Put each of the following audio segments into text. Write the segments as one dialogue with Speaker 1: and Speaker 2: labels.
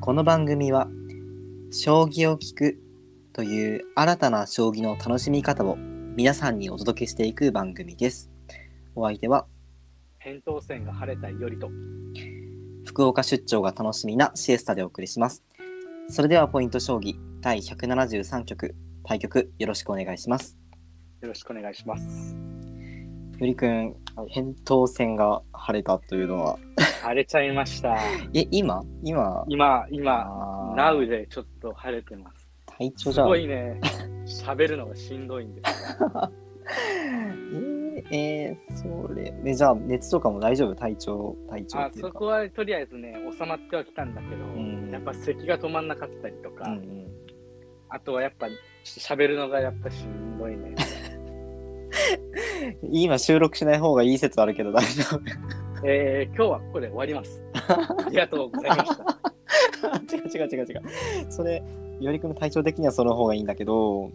Speaker 1: この番組は「将棋を聞く」という新たな将棋の楽しみ方を皆さんにお届けしていく番組です。お相手は
Speaker 2: 扁桃腺が晴れたよりと
Speaker 1: 福岡出張が楽しみなシエスタでお送りします。それではポイント将棋第173局対局よろしくお願いします。
Speaker 2: よろしくお願いします。
Speaker 1: よりくん、扁桃腺が晴れたというのは、
Speaker 2: 晴れちゃいました。
Speaker 1: え、今今
Speaker 2: 今、今、
Speaker 1: あー
Speaker 2: Now でちょっと晴れてます。
Speaker 1: 体調
Speaker 2: す
Speaker 1: じゃん
Speaker 2: ご いね、喋るのがしんどいんです。
Speaker 1: えー、えーそれえじゃあ熱とかも大丈夫体調体調
Speaker 2: あ
Speaker 1: ってい
Speaker 2: そう
Speaker 1: か
Speaker 2: こはとりあえずね、収まってはきたんだけど、
Speaker 1: ん
Speaker 2: やっぱ咳が止まんなかったりとか、
Speaker 1: うんうん、
Speaker 2: あとはやっぱ喋るのがやっぱしんどいね。
Speaker 1: 今収録しない方がいい説あるけど大丈夫
Speaker 2: えー、今日はここで終わ ります。ありがとうございました。
Speaker 1: 違う違う違う違うそれよりくんの体調的にはその方がいいんだけど、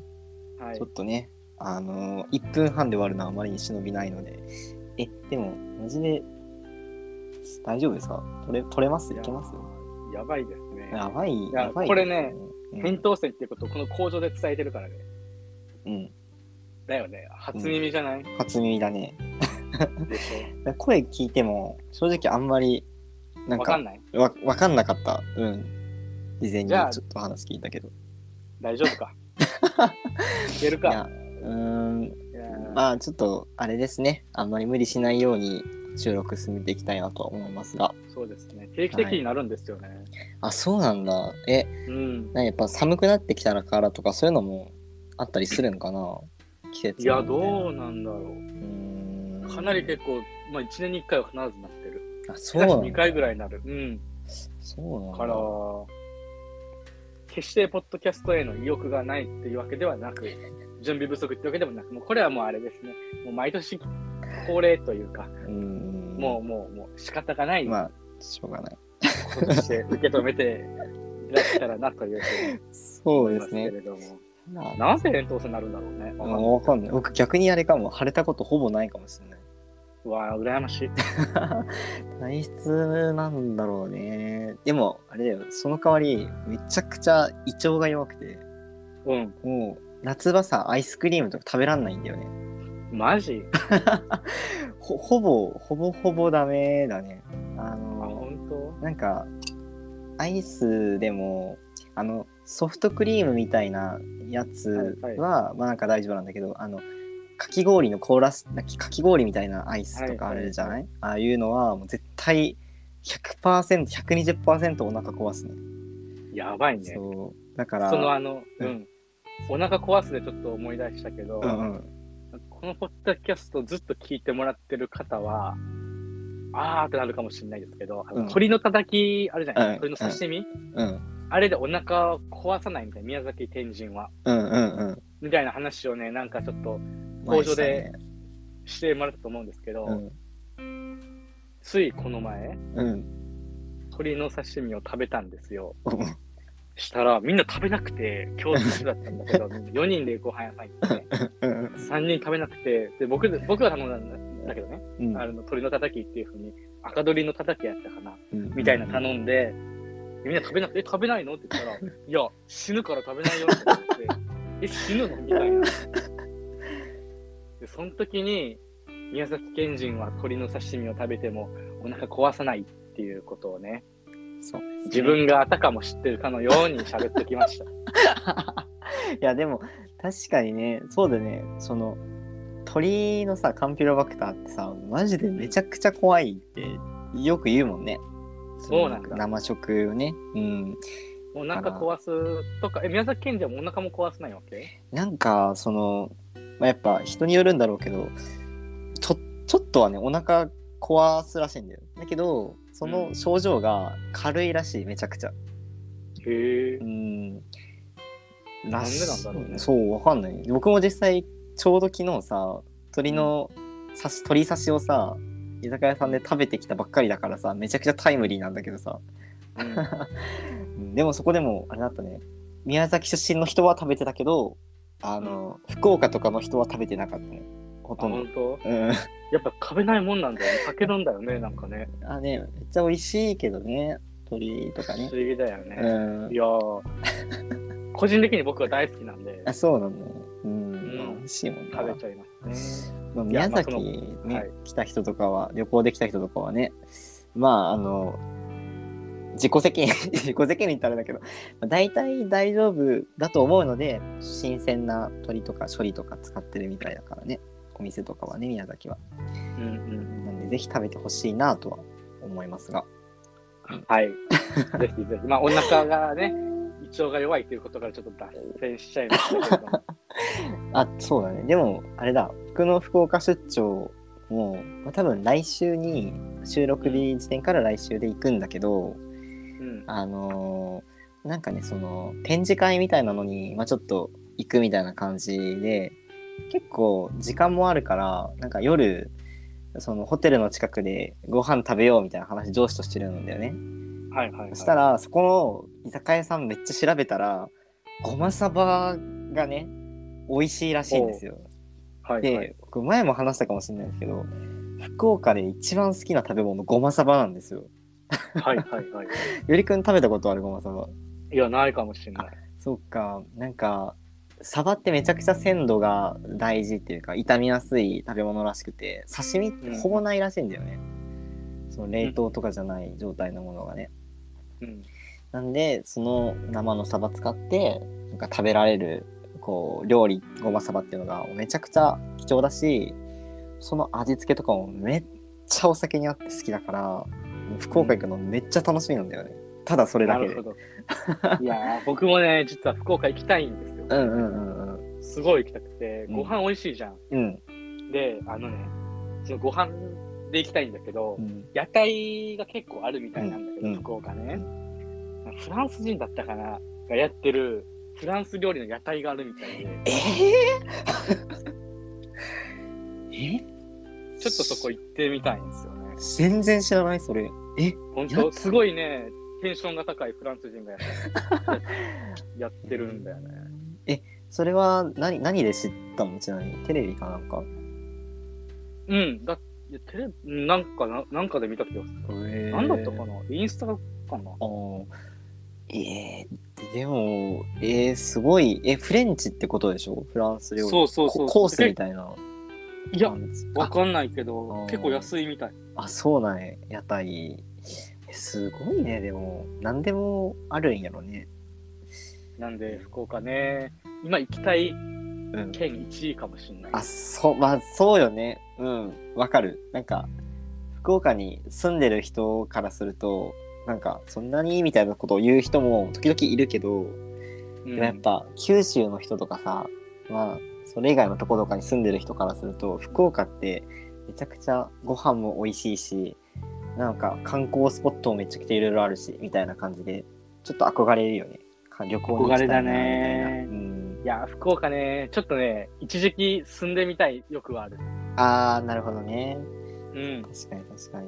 Speaker 2: はい
Speaker 1: ちょっ、とねあのー、1分半で終わるのはあまりに忍びないのでえでもマジで大丈夫ですか取れ取れますいけます
Speaker 2: やばいですね。
Speaker 1: やばい
Speaker 2: や
Speaker 1: やばい
Speaker 2: これね
Speaker 1: うん
Speaker 2: 扁桃腺っていうことをこの工場で伝えてるからね。
Speaker 1: うん、
Speaker 2: だよね。初耳じゃない、
Speaker 1: 初耳だね
Speaker 2: でしょ
Speaker 1: 声聞いても正直あんまりなん
Speaker 2: わ
Speaker 1: か
Speaker 2: かんない
Speaker 1: わわかんなかった。うん。事前にち
Speaker 2: じ
Speaker 1: ょ
Speaker 2: ゃ
Speaker 1: っ
Speaker 2: あ
Speaker 1: と話聞いたけど。い
Speaker 2: 大丈夫か いけるか
Speaker 1: や、うーん、
Speaker 2: いやー
Speaker 1: まあちょっとあれですね。あんまり無理しないように収録進めていきたいなとは思いますが。
Speaker 2: そうですね。定期的になるんですよね。
Speaker 1: あ、そうなんだ。え、
Speaker 2: うん。
Speaker 1: なやっぱ寒くなってきたからとかそういうのもあったりするんかな季節
Speaker 2: いや、
Speaker 1: う
Speaker 2: どうなんだろ
Speaker 1: うーん
Speaker 2: う。かなり結構、まあ、1年に1回は必ずなってる。
Speaker 1: あ、そ
Speaker 2: し
Speaker 1: う
Speaker 2: かし
Speaker 1: なん
Speaker 2: 2
Speaker 1: だ。
Speaker 2: 回ぐらいになる。うん。
Speaker 1: そうなんだ。
Speaker 2: から、決してポッドキャストへの意欲がないっていうわけで はなく、準備不足ってわけでもなく、もうこれはもうあれですね。もう毎年恒例というか、
Speaker 1: うーん。
Speaker 2: もうもうもう仕方がない
Speaker 1: まあ、しょうがない。
Speaker 2: こととして受け止めていただけたらなというふうに
Speaker 1: そう
Speaker 2: 思い
Speaker 1: で
Speaker 2: ます
Speaker 1: す
Speaker 2: け
Speaker 1: ね。
Speaker 2: れども。
Speaker 1: まあ
Speaker 2: なぜ遠投になるんだろうね。わかんない
Speaker 1: わかんない。僕逆にあれかも。晴れたことほぼないかもしれない。
Speaker 2: うわあ、羨ましい。
Speaker 1: 体質なんだろうね。でも、あれだよ。その代わり、めちゃくちゃ胃腸が弱くて、
Speaker 2: うん。
Speaker 1: もう、夏場さ、アイスクリームとか食べらんないんだよね。
Speaker 2: マジ
Speaker 1: ほほぼ、ほぼほぼダメだね。あ
Speaker 2: あ、
Speaker 1: の、
Speaker 2: 本当
Speaker 1: なんか、アイスでも、あの、ソフトクリームみたいなやつは、
Speaker 2: はい
Speaker 1: まあなんか大丈夫なんだけど、あの、かき氷の凍らす、なんかかき氷みたいなアイスとかあるじゃない、ああいうのは、もう絶対100%、120%お腹壊すね。
Speaker 2: やばいね。
Speaker 1: そうだから
Speaker 2: そのあの、
Speaker 1: う
Speaker 2: うんん。お腹壊すでちょっと思い出したけど、
Speaker 1: うんうん、
Speaker 2: このポッドキャストずっと聞いてもらってる方は、あーってなるかもしれないですけど、あの
Speaker 1: うん
Speaker 2: 鶏のたたき、あるじゃない、
Speaker 1: うん
Speaker 2: 鶏の刺身、
Speaker 1: うん、
Speaker 2: あれでお腹を壊さないみたいな、宮崎天神は。
Speaker 1: うんうんうん
Speaker 2: みたいな話をね、なんかちょっと
Speaker 1: 前
Speaker 2: 工
Speaker 1: した
Speaker 2: 場
Speaker 1: ね
Speaker 2: でしてもらったと思うんですけど、
Speaker 1: うん
Speaker 2: ついこの前、
Speaker 1: うん
Speaker 2: 鶏の刺身を食べたんですよ。
Speaker 1: うん
Speaker 2: したら、みんな食べなくて、今日一緒だったんだけど、4人 でご飯屋さん行って、
Speaker 1: うん
Speaker 2: 3人食べなくて、で僕で僕が頼んだんだけどね、
Speaker 1: うん
Speaker 2: あの鶏のたたきっていうふうに、赤鶏のたたきやったかな、
Speaker 1: うん
Speaker 2: みたいな頼んで、みんな食べなくて、え、食べないのって 言ったら、いや、死ぬから食べないよって言って、え、死ぬのみたいな。で、その時に、宮崎県人は鶏の刺身を食べても、お腹壊さないっていうことをね、
Speaker 1: そう
Speaker 2: 自分があたかも知ってるかのように喋ってきました。
Speaker 1: いやでも確かにねそうだねその鳥のさカンピロバクターってさマジでめちゃくちゃ怖いってよく言うもんね
Speaker 2: そうなんだ
Speaker 1: 生食をねうん
Speaker 2: お腹壊すとか、え、宮崎県でもお腹も壊さないわけ
Speaker 1: なんかその、まあ、やっぱ人によるんだろうけどちょちょっとはねお腹壊すらしいんだよだけどその症状が軽いらしいめちゃくちゃ
Speaker 2: へえ
Speaker 1: う。んらし
Speaker 2: なんでなんだろうね
Speaker 1: そうわかんない僕も実際ちょうど昨日さ鳥の刺し鶏刺しをさ居酒屋さんで食べてきたばっかりだからさめちゃくちゃタイムリーなんだけどさうんでもそこでもあれだったね宮崎出身の人は食べてたけどあの、福岡とかの人は食べてなかったねほとんど
Speaker 2: 本当
Speaker 1: うん
Speaker 2: やっぱ食べないもんなんだよね。酒飲んだよね、なんかね。
Speaker 1: あねめっちゃ美味しいけどね鳥とか
Speaker 2: 不
Speaker 1: ね
Speaker 2: 思。議だよね。
Speaker 1: うん
Speaker 2: い。やー個人的に僕は大好きなんで
Speaker 1: あ、そうなんだね。うん。
Speaker 2: ん
Speaker 1: まあ美味しいもんな
Speaker 2: 食。べちゃいますね。
Speaker 1: まあ、
Speaker 2: いや
Speaker 1: 宮
Speaker 2: まあ
Speaker 1: 崎ね、
Speaker 2: そのはい
Speaker 1: 来た人とかは、旅行で来た人とかはね、まあ、あの、自己責任、 自己責任って言ったらあれだけど、まあ、大体大丈夫だと思うので、新鮮な鳥とか処理とか使ってるみたいだからね、お店とかはね、宮崎は。
Speaker 2: うんうん、
Speaker 1: なんで、ぜひ食べてほしいなとは思いますが。
Speaker 2: はい。 ぜひぜひ。まあお腹がね、胃腸が弱いということからちょっと脱線しちゃいましたけ ども。
Speaker 1: あ、そうだね。でも、あれだ、僕の福岡出張も、まあ、多分来週に、収録日時点から来週で行くんだけど、
Speaker 2: うん、
Speaker 1: あのーなんかねその展示会みたいなのに、まあ、ちょっと行くみたいな感じで結構時間もあるからなんか夜そのホテルの近くでご飯食べようみたいな話上司としてるんだよね、
Speaker 2: はいはい、はい。
Speaker 1: そしたらそこの居酒屋さんめっちゃ調べたらごまサバがね美味しいらしいんですよ
Speaker 2: はいはい、
Speaker 1: で僕前も話したかもしれないですけど福岡で一番好きな食べ物ごまサバなんですよ
Speaker 2: はいはいはい。
Speaker 1: よりくん食べたことあるごまサバ
Speaker 2: いや、ないかもしれない。
Speaker 1: そうかなんかサバってめちゃくちゃ鮮度が大事っていうか傷みやすい食べ物らしくて刺身ってほぼないらしいんだよね、その冷凍とかじゃない状態のものがね、
Speaker 2: うん。
Speaker 1: なんでその生のサバ使ってなんか食べられるこう料理ごまサバっていうのがめちゃくちゃ貴重だしその味付けとかもめっちゃお酒に合って好きだから福岡行くのめっちゃ楽しみなんだよねただそれだ
Speaker 2: な
Speaker 1: け
Speaker 2: る
Speaker 1: で
Speaker 2: ほど。いやー、僕もね、実は福岡行きたいんですよ。
Speaker 1: うんうんうんうん
Speaker 2: すごい行きたくて、
Speaker 1: うん
Speaker 2: ご飯美味しいじゃん。
Speaker 1: うん
Speaker 2: で、あのね、そのご飯で行きたいんだけど、
Speaker 1: うん
Speaker 2: 屋台が結構あるみたいなんだけど、
Speaker 1: うん
Speaker 2: 福岡ね、フランス人だったかながやってるフランス料理の屋台があるみたいで
Speaker 1: え ー、え
Speaker 2: ちょっとそこ行ってみたいんですよね
Speaker 1: 全然知らないそれえ
Speaker 2: 本
Speaker 1: 屋台
Speaker 2: 当すごいねテンションが高いフランス人が やってるやってるんだよね
Speaker 1: それは何何で知ったのちなみにテレビかなんか
Speaker 2: うんだいやテレビなんかななんかで見たけど、
Speaker 1: 何
Speaker 2: 何だったかなインスタかな
Speaker 1: あーえー、でもえー、すごいえフレンチってことでしょフランス料理
Speaker 2: そうそうそう
Speaker 1: ココースみたいない
Speaker 2: や
Speaker 1: 感じ
Speaker 2: わ
Speaker 1: あ
Speaker 2: かんないけ
Speaker 1: あ
Speaker 2: ど
Speaker 1: ー
Speaker 2: 結構安いみたい
Speaker 1: あそうなんや屋台えすごいねでも何でもあるんやろね
Speaker 2: なんで福岡ね今行きたい
Speaker 1: うん
Speaker 2: 県1位かもしれない
Speaker 1: あそうまあそうよねうんわかるなんか福岡に住んでる人からするとなんかそんなにみたいなことを言う人も時々いるけど、
Speaker 2: うん
Speaker 1: でもやっぱ九州の人とかさまあそれ以外のとことかに住んでる人からすると福岡ってめちゃくちゃご飯も美味しいしなんか観光スポットもめちゃくちゃいろいろあるしみたいな感じでちょっと憧れるよねか旅行に行きたいなみたいな
Speaker 2: 憧れだね
Speaker 1: うん、
Speaker 2: いや、福岡ね、ちょっとね、一時期住んでみたい欲はある。
Speaker 1: ああなるほどね
Speaker 2: うん。
Speaker 1: 確かに確かに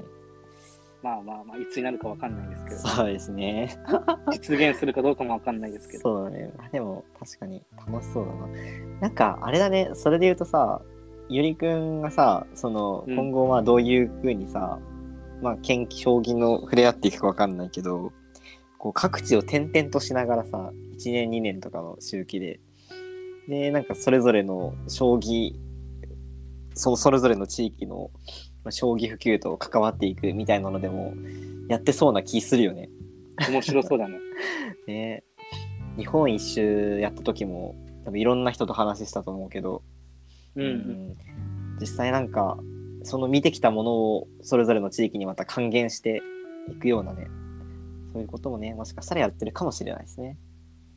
Speaker 2: まあまあまあ、いつになるかわかんないですけど、
Speaker 1: そうですね
Speaker 2: 実現するかどうかもわかんないですけど。
Speaker 1: そうだね。まあでも、確かに楽しそうだな。なんか、あれだね、それで言うとさ、ゆりくんがさ、その、
Speaker 2: うん
Speaker 1: 今後はどういうふうにさ、まあ、研究、将棋の触れ合っていくかわかんないけど、こう、各地を転々としながらさ、1年、2年とかの周期で、で、なんか、それぞれの将棋、そう、それぞれの地域の、まあ将棋普及と関わっていくみたいなのでも、やってそうな気するよね。
Speaker 2: 面白そう だね。
Speaker 1: ね日本一周やった時も多分いろんな人と話したと思うけど、
Speaker 2: うんうん。
Speaker 1: うん実際なんかその見てきたものをそれぞれの地域にまた還元していくようなねそういうこともねもしかしたらやってるかもしれないですね。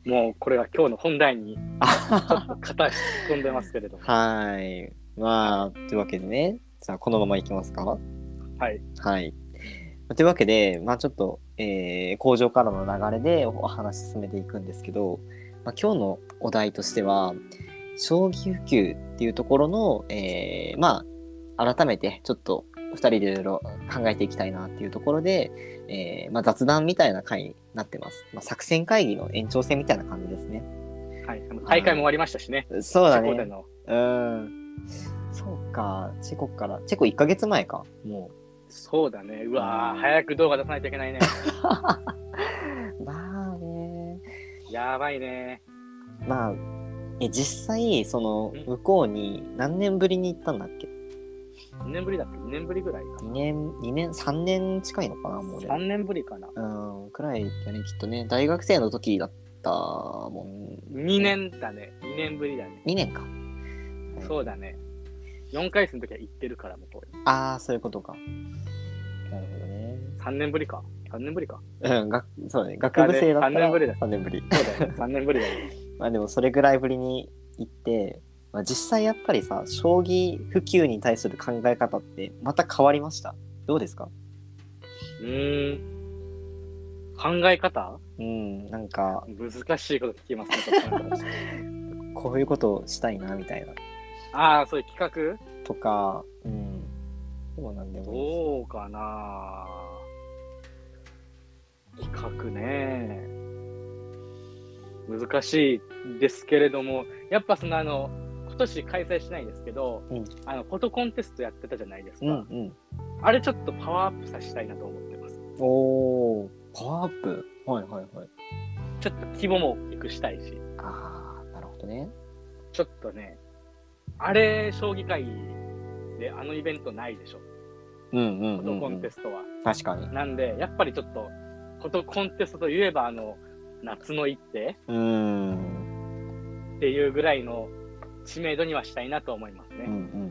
Speaker 2: もう、これが今日の本題に、
Speaker 1: あは
Speaker 2: ちょ
Speaker 1: は
Speaker 2: っと片足突っ込んでますけれども。
Speaker 1: はいまあというわけでねじゃあこのままいきますか。
Speaker 2: はい。
Speaker 1: はい。というわけで、まあ、ちょっと、えー工場からの流れでお話し進めていくんですけど、まあ、今日のお題としては将棋普及っていうところの、えーまあ、改めてちょっと2人でいろいろ考えていきたいなっていうところで、えーまあ、雑談みたいな回になってます、まあ、作戦会議の延長戦みたいな感じですね
Speaker 2: はい。大会も終わりましたしね。
Speaker 1: そうだ
Speaker 2: チェコで
Speaker 1: ね
Speaker 2: の。
Speaker 1: うんそうかチェコからチェコ1ヶ月前かもう
Speaker 2: そうだね。うわー早く動画出さないといけないね。
Speaker 1: まあね
Speaker 2: やばいね。
Speaker 1: まあえ実際その
Speaker 2: うん
Speaker 1: 向こうに何年ぶりに行ったんだっけ
Speaker 2: 2年ぶりだっけ ?2 年ぶりぐらいか
Speaker 1: 2年2年3年近いのかなもう
Speaker 2: な。3
Speaker 1: 俺
Speaker 2: 年ぶりかな。
Speaker 1: うんくらいだねきっとね大学生の時だったもん
Speaker 2: 2年だね。2年ぶりだね。
Speaker 1: 2年か
Speaker 2: そうだね。4回戦の時は行ってるから、もうこれ。
Speaker 1: ああそういうことかなるほどね
Speaker 2: 3年ぶりか。3年ぶりか。
Speaker 1: うんがそうだね学部生だったら
Speaker 2: 三年ぶりだ
Speaker 1: 3年ぶり
Speaker 2: そう だよね。3年ぶりだよね。
Speaker 1: まあでもそれぐらいぶりに行って、まあ、実際やっぱりさ将棋普及に対する考え方ってまた変わりましたどうですか
Speaker 2: うーん。考え方
Speaker 1: うんなんか
Speaker 2: 難しいこと聞きますね こっちの話。
Speaker 1: こういうことをしたいなみたいな
Speaker 2: ああ、そういう企
Speaker 1: とかうんそうなんで
Speaker 2: 画
Speaker 1: も
Speaker 2: どうかな企画ね。難しいですけれども、やっぱそのあの、今年開催しないですけど、
Speaker 1: うん
Speaker 2: あの、フォトコンテストやってたじゃないですか。
Speaker 1: いいですうん
Speaker 2: あれちょっとパワーアップさせたいなと思ってます。
Speaker 1: うんおーパワーアップはいはいはい
Speaker 2: ちょっと規模も大きくしたいし、
Speaker 1: ああなるほどね
Speaker 2: ちょっとね、あれ、将棋界であのイベントないでしょ、
Speaker 1: うんうん
Speaker 2: フォ
Speaker 1: うん、
Speaker 2: トコ
Speaker 1: う
Speaker 2: ン
Speaker 1: ん
Speaker 2: テ、ストは。
Speaker 1: 確かに
Speaker 2: なんで、やっぱりちょっと、フォトコンテストといえば、あの、夏の一手
Speaker 1: うーん
Speaker 2: っていうぐらいの知名度にはしたいなと思いますね。
Speaker 1: うんうん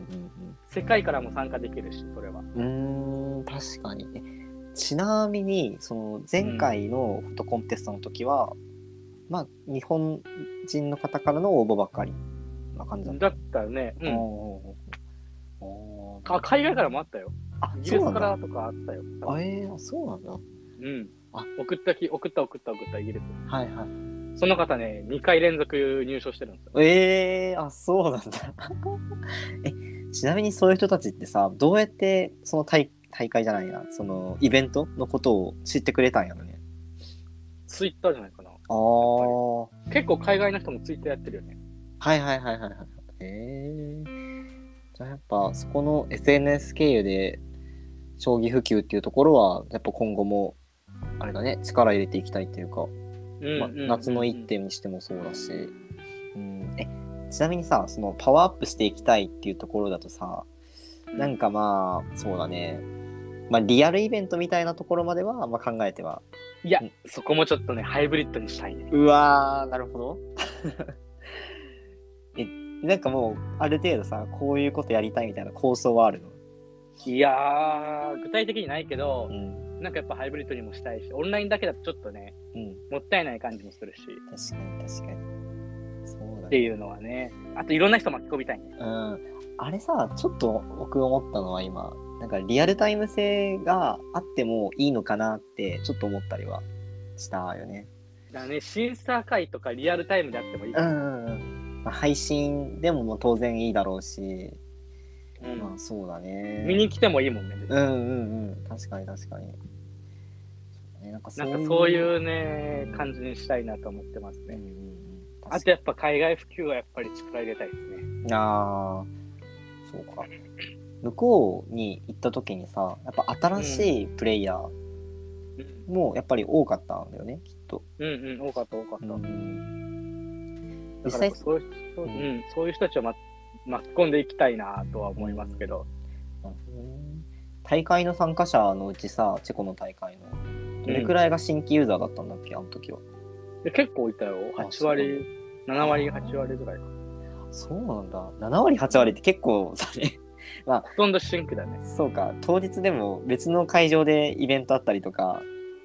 Speaker 2: 世界からも参加できるし、それは。
Speaker 1: うんうんうーん確かにえちなみにその前回のフォトコンテストの時は、まあ日本人の方からの応募ばっかりな感じだった
Speaker 2: だったらね、う
Speaker 1: うん
Speaker 2: ん。
Speaker 1: おー
Speaker 2: あ海外からもあったよ。
Speaker 1: あ
Speaker 2: イギ
Speaker 1: そ
Speaker 2: リ
Speaker 1: うな
Speaker 2: ス
Speaker 1: ん
Speaker 2: か
Speaker 1: だ
Speaker 2: らとかあったよ。
Speaker 1: あえー、そうなんだ
Speaker 2: うん。
Speaker 1: あ
Speaker 2: 送ったき、送った、送った、送った、イギリス。
Speaker 1: はいはい
Speaker 2: その方ね、2回連続入賞してるんですよ。
Speaker 1: ええあそうなんだ えちなみにそういう人たちってさどうやってその大大会じゃないなそのイベントのことを知ってくれたんやろね
Speaker 2: ツイッターじゃないかな。
Speaker 1: ああは
Speaker 2: 結構海外の人もツイッターやってるよ
Speaker 1: い
Speaker 2: ね。
Speaker 1: はいはいはいはいええじゃあやっぱそこの SNS 経由で将棋普及っていうところはやっぱ今後もあれだね力入れていきたいっていうか
Speaker 2: うん
Speaker 1: まあ
Speaker 2: うんうん
Speaker 1: 夏の一手にしてもそうだし、うん、えちなみにさそのパワーアップしていきたいっていうところだとさ
Speaker 2: うん
Speaker 1: なんかまあそうだね、まあ、リアルイベントみたいなところまでは、まあ、考えてはい
Speaker 2: や、そこもちょっとね、ハイブリッドにしたいね。
Speaker 1: うわーなるほど えなんかもうある程度さこういうことやりたいみたいな構想はあるの、
Speaker 2: いやー、具体的にないけど
Speaker 1: う、ん
Speaker 2: なんかやっぱハイブリッドにもしたいし、オンラインだけだとちょっとね、
Speaker 1: うん、
Speaker 2: もったいない感じもするし、っ
Speaker 1: 確かに確かにそうだ
Speaker 2: て
Speaker 1: ね
Speaker 2: いうのはね、あといろんな人巻き込みたいね。
Speaker 1: うん、あれさちょっと僕思ったのは今なんかリアルタイム性があってもいいのかなってちょっと思ったりはしたよね。
Speaker 2: だからね、審査会とかリアルタイムであってもいいか
Speaker 1: う
Speaker 2: ら。
Speaker 1: んうんうんまあ、配信でももう当然いいだろうし、
Speaker 2: うん
Speaker 1: まあそうだね。
Speaker 2: 見に来てもいいもんね。
Speaker 1: うんうんうん確かに確かに。そうねなんか
Speaker 2: なんかそういうね、感じにしたいなと思ってます
Speaker 1: うんう
Speaker 2: ね。
Speaker 1: んうん
Speaker 2: あ
Speaker 1: 確
Speaker 2: とやっぱ海外普及はやっぱり力入れたいですね。
Speaker 1: ああそうか向こうに行った時にさやっぱ新しいプレイヤーもやっぱり多かったんだよねきっと。
Speaker 2: うんうん、多かった多かった。
Speaker 1: 実
Speaker 2: だか
Speaker 1: 際
Speaker 2: らそういう人、
Speaker 1: う
Speaker 2: うんん、そういう人たちを、ま、巻き込んでいきたいなとは思いますけど、
Speaker 1: 大会の参加者のうちさチェコの大会のどれくらいが新規ユーザーだったんだっけ、あの時は
Speaker 2: で結構いたよ、
Speaker 1: あ
Speaker 2: 8割、7割、
Speaker 1: あー
Speaker 2: 8割ぐらいか。
Speaker 1: そうなんだ7割8割って結構さね
Speaker 2: ほとんど新規だね、
Speaker 1: そうか当日でも別の会場でイベントあったりとか、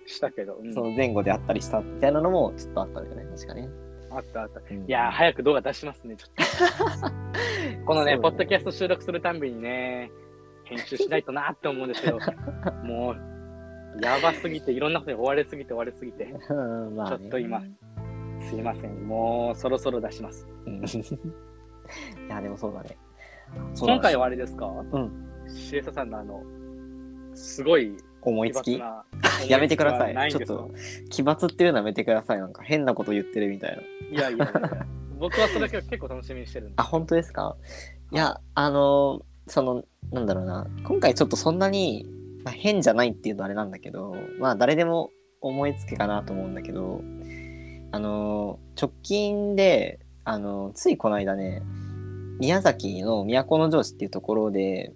Speaker 2: したけど、うん
Speaker 1: その前後であったりしたみたいなのもちょっとあったんだよね確かね、
Speaker 2: あったあった。
Speaker 1: うん
Speaker 2: いやー、早く動画出しますね、ちょっ と。こ
Speaker 1: そうだ
Speaker 2: のね
Speaker 1: ね
Speaker 2: ポッドキャスト収録するたんびにね、編集しないとなって思うん ですけど、もう、やばすぎて、いろんなことに追われすぎて、追われすぎて、
Speaker 1: うん まあね、
Speaker 2: ちょっと今すいません、もうそろそろ出します。
Speaker 1: うん いやでもそうだねそうだね
Speaker 2: 今回はあれですか
Speaker 1: ん
Speaker 2: シエサさんのあの、すごい
Speaker 1: 思い
Speaker 2: 奇
Speaker 1: つき
Speaker 2: 抜な
Speaker 1: やめてくださ。
Speaker 2: ないん
Speaker 1: ちょっ
Speaker 2: ですか
Speaker 1: と、奇抜っていうのはやめてください。なんか変なこと言ってるみたいな。
Speaker 2: いやいやいや、僕はそれ結構楽しみにしてるんで
Speaker 1: あ、本当ですかいや、あの、その、なんだろうな。今回ちょっとそんなにまあ変じゃないっていうとあれなんだけどまあ誰でも思いつけかなと思うんだけどあの直近であのついこの間ね宮崎の都城市っていうところで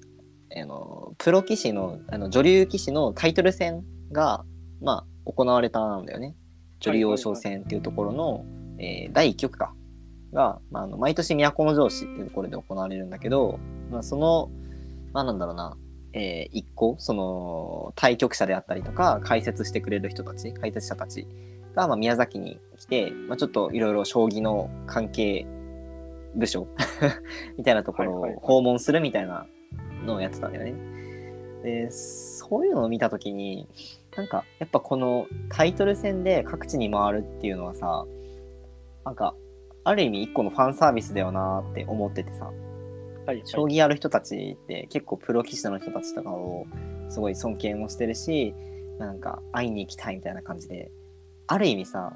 Speaker 1: あのプロ棋士のあの女流棋士のタイトル戦が、まあ、行われたんだよね女流王将戦っていうところの、えー第1局かが、まあ、あの毎年都城市っていうところで行われるんだけど、まあ、その、まあ、なんだろうなえー一個その対局者であったりとか解説してくれる人たち解説者たちが、まあ、宮崎に来て、まあ、ちょっといろいろ将棋の関係部署 みたいなところ
Speaker 2: はいは
Speaker 1: を
Speaker 2: いはい
Speaker 1: 訪問するみたいなのをやってたんだよね。でそういうのを見た時になんかやっぱこのタイトル戦で各地に回るっていうのはさなんかある意味一個のファンサービスだよなーって思っててさ。
Speaker 2: はい、
Speaker 1: 将棋やる人たちって結構プロ棋士の人たちとかをすごい尊敬もしてるしなんか会いに行きたいみたいな感じである意味さ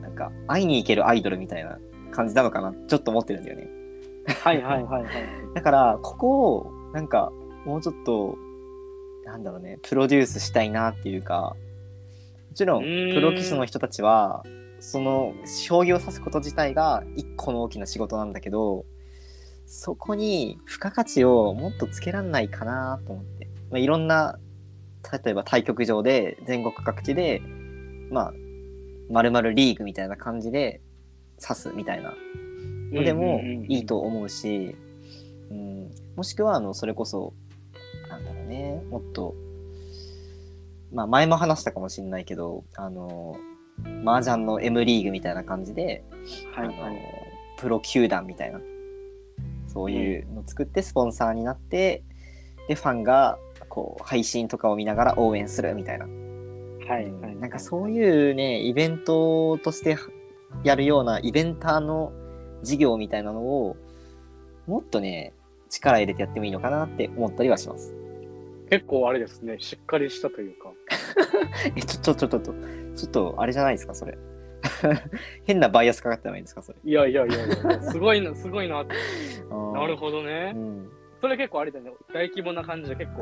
Speaker 1: なんか会いに行けるアイドルみたいな感じなのかなちょっと思ってるんだよね
Speaker 2: はいはいはいはい。
Speaker 1: だからここをなんかもうちょっとなんだろうねプロデュースしたいなっていうかもちろん
Speaker 2: うーん
Speaker 1: プロ棋士の人たちはその将棋を指すこと自体が一個の大きな仕事なんだけどそこに付加価値をもっとつけらんないかなと思って、まあ、いろんな例えば対局場で全国各地でまあ丸々リーグみたいな感じで指すみたいなのでもいいと思うし、うん、もしくはあのそれこそなんだろうねもっと、まあ、前も話したかもしれないけどあの麻雀の M リーグみたいな感じで、
Speaker 2: はいは
Speaker 1: あの
Speaker 2: い。
Speaker 1: プロ球団みたいなそういうの作ってスポンサーになって、でファンがこう配信とかを見ながら応援するみたいな
Speaker 2: はいはい。
Speaker 1: なんかそういうねイベントとしてやるようなイベンターの事業みたいなのをもっとね力入れてやってもいいのかなって思ったりはします。
Speaker 2: 結構あれですね、しっかりしたというか。
Speaker 1: えちょちょちょちょちょちょっとあれじゃないですかそれ。 変なバイアスかかってないですかそれ。
Speaker 2: いやいやいやいや、すごいな、すごい なって。なる
Speaker 1: ほ
Speaker 2: ほどね。
Speaker 1: うん、
Speaker 2: それ結構あれだね、大規模な感じで結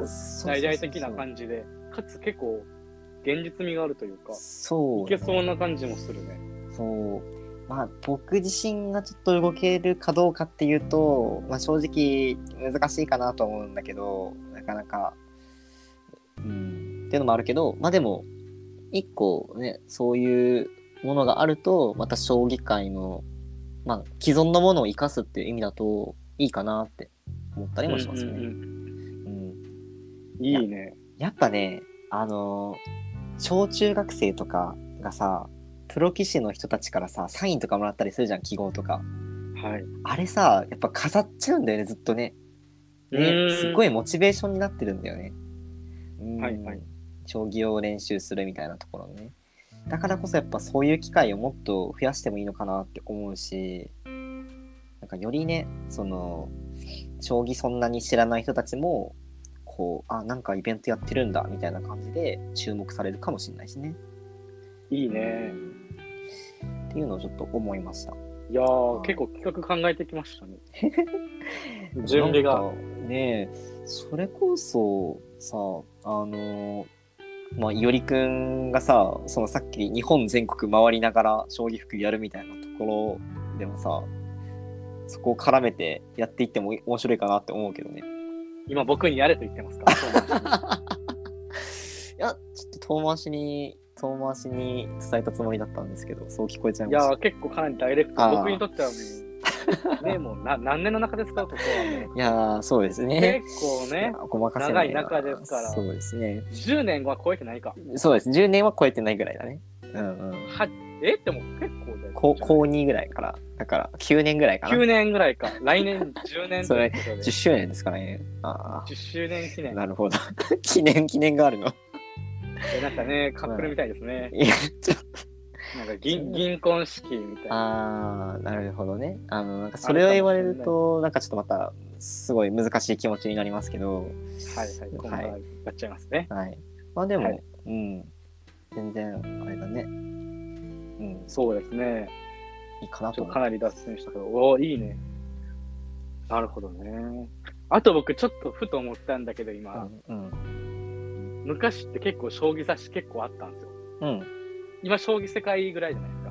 Speaker 2: 構、大々的な感じで、かつ結構、現実味があるというか、
Speaker 1: そう
Speaker 2: いけそうな感じもするね。
Speaker 1: そうまあ僕自身がちょっと動けるかどうかっていうと、まあ、正直難しいかなと思うんだけどなかなかうんっていうのもあるけどまあでも一個ねそういうものがあるとまた将棋界の、まあ、既存のものを生かすっていう意味だといいかなって思ったりもしますね。
Speaker 2: うんうん
Speaker 1: うん
Speaker 2: うんいいね。
Speaker 1: やっぱね、あのー小中学生とかがさ、プロ棋士の人たちからさ、サインとかもらったりするじゃん、記号とか。
Speaker 2: はい。
Speaker 1: あれさ、やっぱ飾っちゃうんだよね、ずっとね。
Speaker 2: う
Speaker 1: ね
Speaker 2: ーん
Speaker 1: すっごいモチベーションになってるんだよね。うん
Speaker 2: はいはい
Speaker 1: 将棋を練習するみたいなところね。だからこそやっぱそういう機会をもっと増やしてもいいのかなって思うし、なんかよりね、その、将棋そんなに知らない人たちも、こう、あ、なんかイベントやってるんだみたいな感じで注目されるかもしれないしね。
Speaker 2: いい
Speaker 1: い
Speaker 2: ね。。
Speaker 1: っていうのをちょっと思いました。
Speaker 2: いや
Speaker 1: うん
Speaker 2: ー、結構企画考えてきまし たね。準備が。
Speaker 1: なんかねえそれこそさあのまあいおりくんがさそのさっき日本全国回りながら将棋服やるみたいなところでもさそこを絡めてやっていっても面白いかなって思うけどね
Speaker 2: 今僕にやれと言ってま すから。
Speaker 1: いやちょっと遠回しに遠回しに伝えたつもりだったんですけどそう聞こえちゃい
Speaker 2: い
Speaker 1: まし
Speaker 2: や
Speaker 1: た
Speaker 2: ー、結構かなりダイレク
Speaker 1: あ
Speaker 2: ト。
Speaker 1: ー
Speaker 2: 僕にとってはも う、ね、もうな何年の中ですか、ここはね。
Speaker 1: いやーそうですね
Speaker 2: 結構
Speaker 1: いや
Speaker 2: ね、
Speaker 1: ごまかせないな
Speaker 2: 長い中ですから
Speaker 1: そうですね
Speaker 2: 10年は超えてないか。
Speaker 1: そうです10年は超えてないぐらいだねうんうん
Speaker 2: はえでも結構だよ。
Speaker 1: 高高2ぐらいからだから9年ぐらいかな
Speaker 2: 9年ぐらいか。来年10 年
Speaker 1: そ
Speaker 2: とい
Speaker 1: れ
Speaker 2: うことで
Speaker 1: 10。周年ですからねあ
Speaker 2: 10周年記
Speaker 1: あ
Speaker 2: 念。
Speaker 1: なるほど 記念記念があるの
Speaker 2: えなんかね、カップルみたいですね。
Speaker 1: いやちょっ
Speaker 2: なんか銀銀婚式みたい
Speaker 1: と
Speaker 2: な。
Speaker 1: ああなるほどねあのなんかそれを言われるとなんかちょっとまたすごい難しい気持ちになりますけど
Speaker 2: はいはい。今度は
Speaker 1: は
Speaker 2: やっちゃいますね。
Speaker 1: はいまあでも、
Speaker 2: はい
Speaker 1: うん全然あれだねうん
Speaker 2: そうですね。
Speaker 1: いいかな
Speaker 2: ち
Speaker 1: と
Speaker 2: ょ
Speaker 1: 思
Speaker 2: っと
Speaker 1: う
Speaker 2: かなり脱線したけど、おお、いいね。なるほどね。あと僕、ちょっとふと思ったんだけど、今、
Speaker 1: うんうん
Speaker 2: 昔って結構将棋雑誌結構あったんですよ。
Speaker 1: うん。
Speaker 2: 今、将棋世界ぐらいじゃないですか。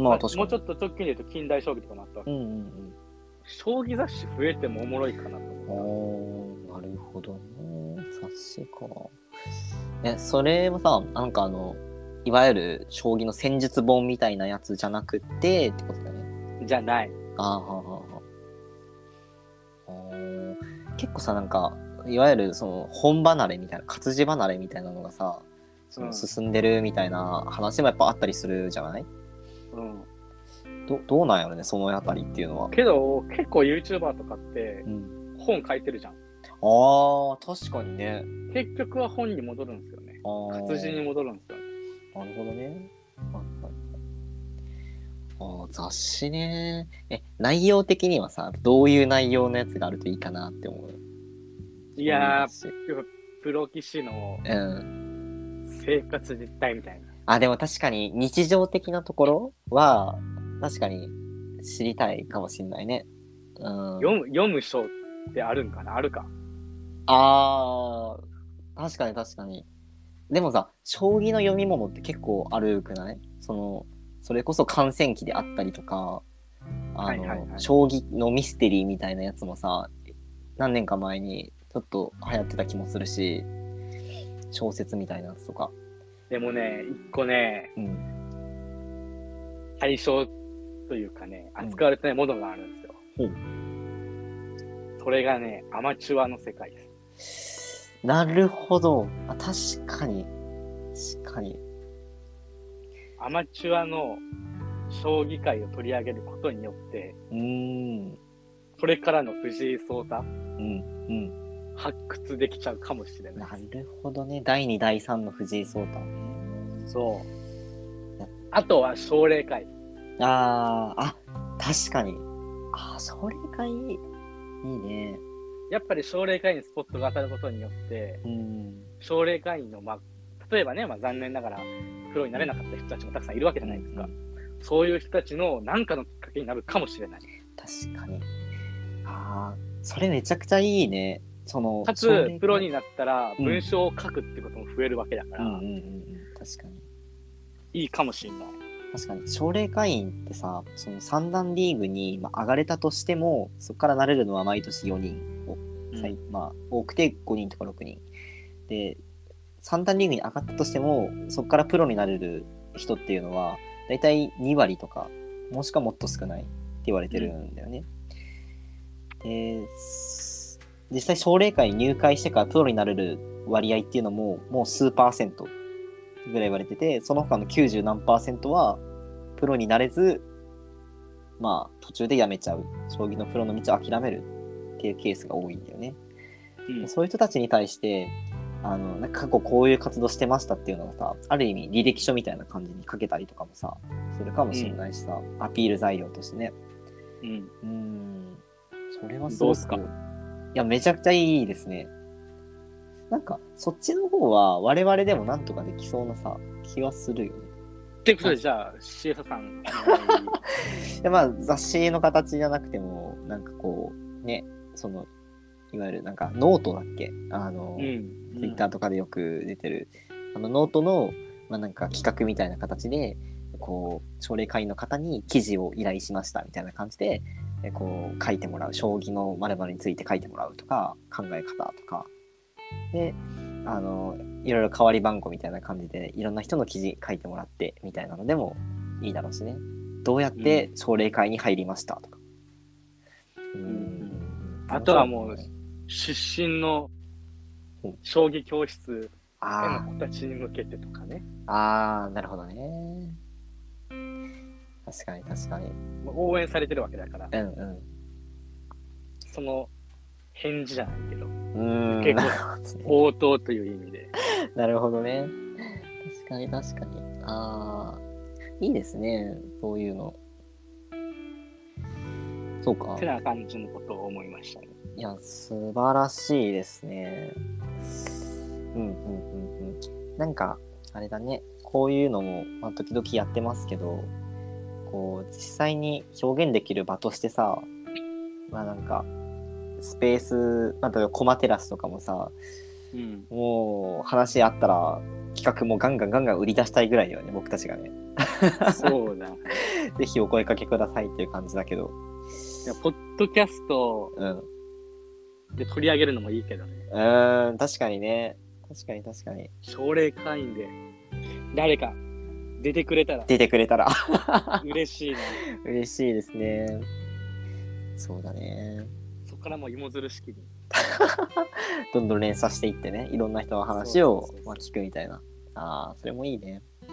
Speaker 1: まあ確か
Speaker 2: もう
Speaker 1: に。
Speaker 2: ちょっと直近で言うと近代将棋とかもあったわけ
Speaker 1: うんうん
Speaker 2: 将棋雑誌増えてもおもろいかなと
Speaker 1: うん。
Speaker 2: 思っ
Speaker 1: おー、なるほどね。雑誌か。え、それはさ、なんかあの、いわゆる将棋の戦術本みたいなやつじゃなくてってことだね。
Speaker 2: た。じゃない。
Speaker 1: あーはあはあはああー結構さなんかいわゆるその本離れみたいな活字離れみたいなのがさそ
Speaker 2: うん
Speaker 1: の進んでるみたいな話もやっぱあったりするじゃない、
Speaker 2: うん。
Speaker 1: どどうなんやろねそのあたりっていうのは。
Speaker 2: けど、結構 YouTuber とかって
Speaker 1: うん、
Speaker 2: 本書いてるじゃん。
Speaker 1: あー確かにね。
Speaker 2: 結局は本に戻るんですよね。
Speaker 1: あー
Speaker 2: 活字に戻るんですよね。
Speaker 1: なるほどね。はいはいはいあー雑誌ねえ内容的にはさどういう内容のやつがあるといいかなって思う
Speaker 2: い
Speaker 1: い
Speaker 2: やー、プロ棋士の
Speaker 1: うん
Speaker 2: 生活実態みたいな。
Speaker 1: あ、でも確かに日常的なところは、確かに知りたいかもしんないね。うん。
Speaker 2: 読む、読む章ってあるんかなあるか。
Speaker 1: あー、確かに確かに。でもさ、将棋の読み物って結構あるくないその、それこそ観戦記であったりとか、あの、
Speaker 2: はいはいはい
Speaker 1: 将棋のミステリーみたいなやつもさ、何年か前にちょっと流行ってた気もするし、小説みたいなやつとか。
Speaker 2: でもね、一個ね、
Speaker 1: うん。
Speaker 2: 対象というかね、扱われてないものがあるんですよ。
Speaker 1: ほ
Speaker 2: それがね、アマチュアの世界です。
Speaker 1: なるほど。あ確かに。確かに。
Speaker 2: アマチュアの将棋界を取り上げることによって、
Speaker 1: うーん。
Speaker 2: これからの藤井聡太、
Speaker 1: うん。うん。
Speaker 2: 発掘できちゃうかもしれな。
Speaker 1: ないるほどね。第2、第3の藤井聡太ね。
Speaker 2: そう。あとは奨励会。
Speaker 1: あー、あ、確かに。あー、奨励会、いいね。
Speaker 2: やっぱり奨励会にスポットが当たることによって、
Speaker 1: うん。
Speaker 2: 奨励会員の、まあ、例えばね、まあ、残念ながらプロになれなかった人たちもたくさんいるわけじゃないですか、そういう人たちの何かのきっかけになるかもしれない
Speaker 1: 確かに。あー、それめちゃくちゃいいね。その、
Speaker 2: かつ
Speaker 1: 奨励会
Speaker 2: プロになったら
Speaker 1: うん
Speaker 2: 文章を書くってことも増えるわけだか
Speaker 1: う
Speaker 2: ら、
Speaker 1: んうんうんうん。確かに。
Speaker 2: いいかもしれない
Speaker 1: 確かに奨励会員ってさその三段リーグにまあ上がれたとしてもそこからなれるのは毎年4人を最まあ、多くて5人とか6人で三段リーグに上がったとしてもそこからプロになれる人っていうのは大体2割とかもしくはもっと少ないって言われてるんだよね。です実際奨励会に入会してからプロになれる割合っていうのももう数パーセントぐらい言われててその他の90何パーセントはプロになれずまあ途中でやめちゃう将棋のプロの道を諦めるっていうケースが多いんだよね。
Speaker 2: うん
Speaker 1: そういう人たちに対してあのなんか過去こういう活動してましたっていうのがさある意味履歴書みたいな感じにかけたりとかもさするかもしれないしさ、アピール材料としてね
Speaker 2: うん
Speaker 1: うーんそれはす
Speaker 2: どう
Speaker 1: ご
Speaker 2: っすか
Speaker 1: くいやめちゃくちゃいいですねなんかそっちの方は我々でもなんとかできそうなさ気はするよね
Speaker 2: ってことでじゃあ c エさ ん
Speaker 1: でまあ雑誌の形じゃなくてもなんかこうねそのいわゆるなんかノートだっけあの、
Speaker 2: うん
Speaker 1: ツイッターとかでよく出てる、あのノートの、まあ、なんか企画みたいな形でこう奨励会員の方に記事を依頼しましたみたいな感じでえこう書いてもらう将棋の〇〇について書いてもらうとか考え方とかであのいろいろ代わり番号みたいな感じでいろんな人の記事書いてもらってみたいなのでもいいだろうしねどうやって奨励会に入りましたとか。うん
Speaker 2: あとはもう出身の将棋教室へ
Speaker 1: あー
Speaker 2: の子たちに向けてとかね
Speaker 1: あー、なるほどね。確かに確かに。
Speaker 2: 応援されてるわけだから
Speaker 1: うん
Speaker 2: その返事じゃないけど
Speaker 1: うん。うーん。
Speaker 2: 結構
Speaker 1: なるほどね
Speaker 2: 応答という意味で
Speaker 1: なるほどね。確かに確かに。ああ、いいですね。そういうの。そうか
Speaker 2: て。な感じのことを思いましたね
Speaker 1: いや、素晴らしいですね。うんうんうんうん。なんか、あれだね。こういうのも、まあ、時々やってますけど、こう、実際に表現できる場としてさ、まあなんか、スペース、まあ、例えばコマテラスとかもさ、
Speaker 2: うん。
Speaker 1: もう話あったら企画もガンガンガンガン売り出したいぐらいよね僕たちがね
Speaker 2: そうだ。い
Speaker 1: ぜひお声かけくださいっていう感じだけど
Speaker 2: や、ポッドキャスト
Speaker 1: うんう
Speaker 2: で取り上げるのもいいけどね。
Speaker 1: ーん確かにね確かに確かに
Speaker 2: 奨励会員で、誰か出てくれたら
Speaker 1: 出てくれたら
Speaker 2: 嬉しいな。
Speaker 1: 嬉しいですねそうだね
Speaker 2: そこからもう芋づる式に。
Speaker 1: どんどん連鎖していってねいろんな人の話を
Speaker 2: そうそうそう
Speaker 1: まあ聞くみたいなあーそれもいいねう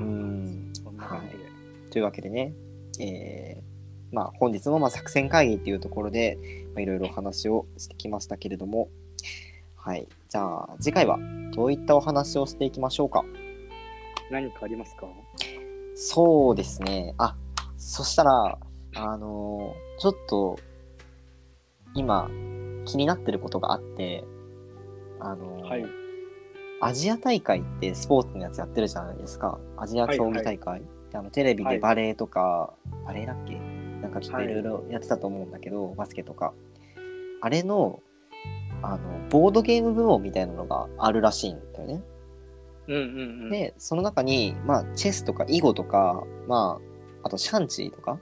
Speaker 1: ん
Speaker 2: そんな感じで。
Speaker 1: というわけでね、えーまあ、本日もまあ作戦会議っていうところで、まあ、いろいろお話をしてきましたけれども、はい、じゃあ次回はどういったお話をしていきましょうか
Speaker 2: 何かありますか
Speaker 1: そうですねあそしたらあのーちょっと今気になってることがあってあのー
Speaker 2: はい。
Speaker 1: アジア大会ってスポーツのやつやってるじゃないですか。アジア競技大会。であのテレビ
Speaker 2: は
Speaker 1: で
Speaker 2: い
Speaker 1: バレーとか、バレーだっけなんかちょっといろいろやってたと思うんだけど、バスケとか。あれの、あの、ボードゲーム部門みたいなのがあるらしいんだよね。
Speaker 2: うんうんうん。
Speaker 1: で、その中に、まあ、チェスとか囲碁とか、まあ、あとシャンチーとか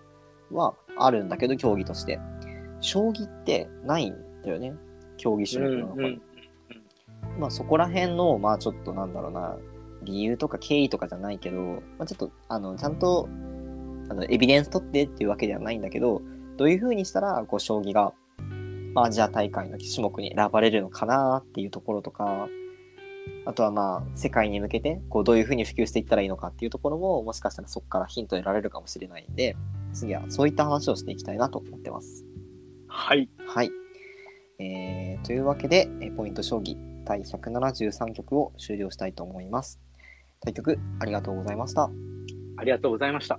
Speaker 1: はあるんだけど、競技として。将棋ってないんだよね。競技
Speaker 2: う
Speaker 1: 種
Speaker 2: ん
Speaker 1: 目の中に。
Speaker 2: うん。
Speaker 1: まあ、そこら辺の、まあ、ちょっとなんだろうな、理由とか経緯とかじゃないけど、まあ、ちょっと、あの、ちゃんと、あの、エビデンス取ってっていうわけではないんだけど、どういうふうにしたら、こう、将棋が、まあ、アジア大会の種目に選ばれるのかなっていうところとか、あとはまあ、世界に向けて、こう、どういうふうに普及していったらいいのかっていうところも、もしかしたらそこからヒント得られるかもしれないんで、次はそういった話をしていきたいなと思ってます。
Speaker 2: はい。
Speaker 1: はい。えーというわけで、えーポイント将棋第173局を終了したいと思います。対局ありがとうございました。
Speaker 2: ありがとうございました。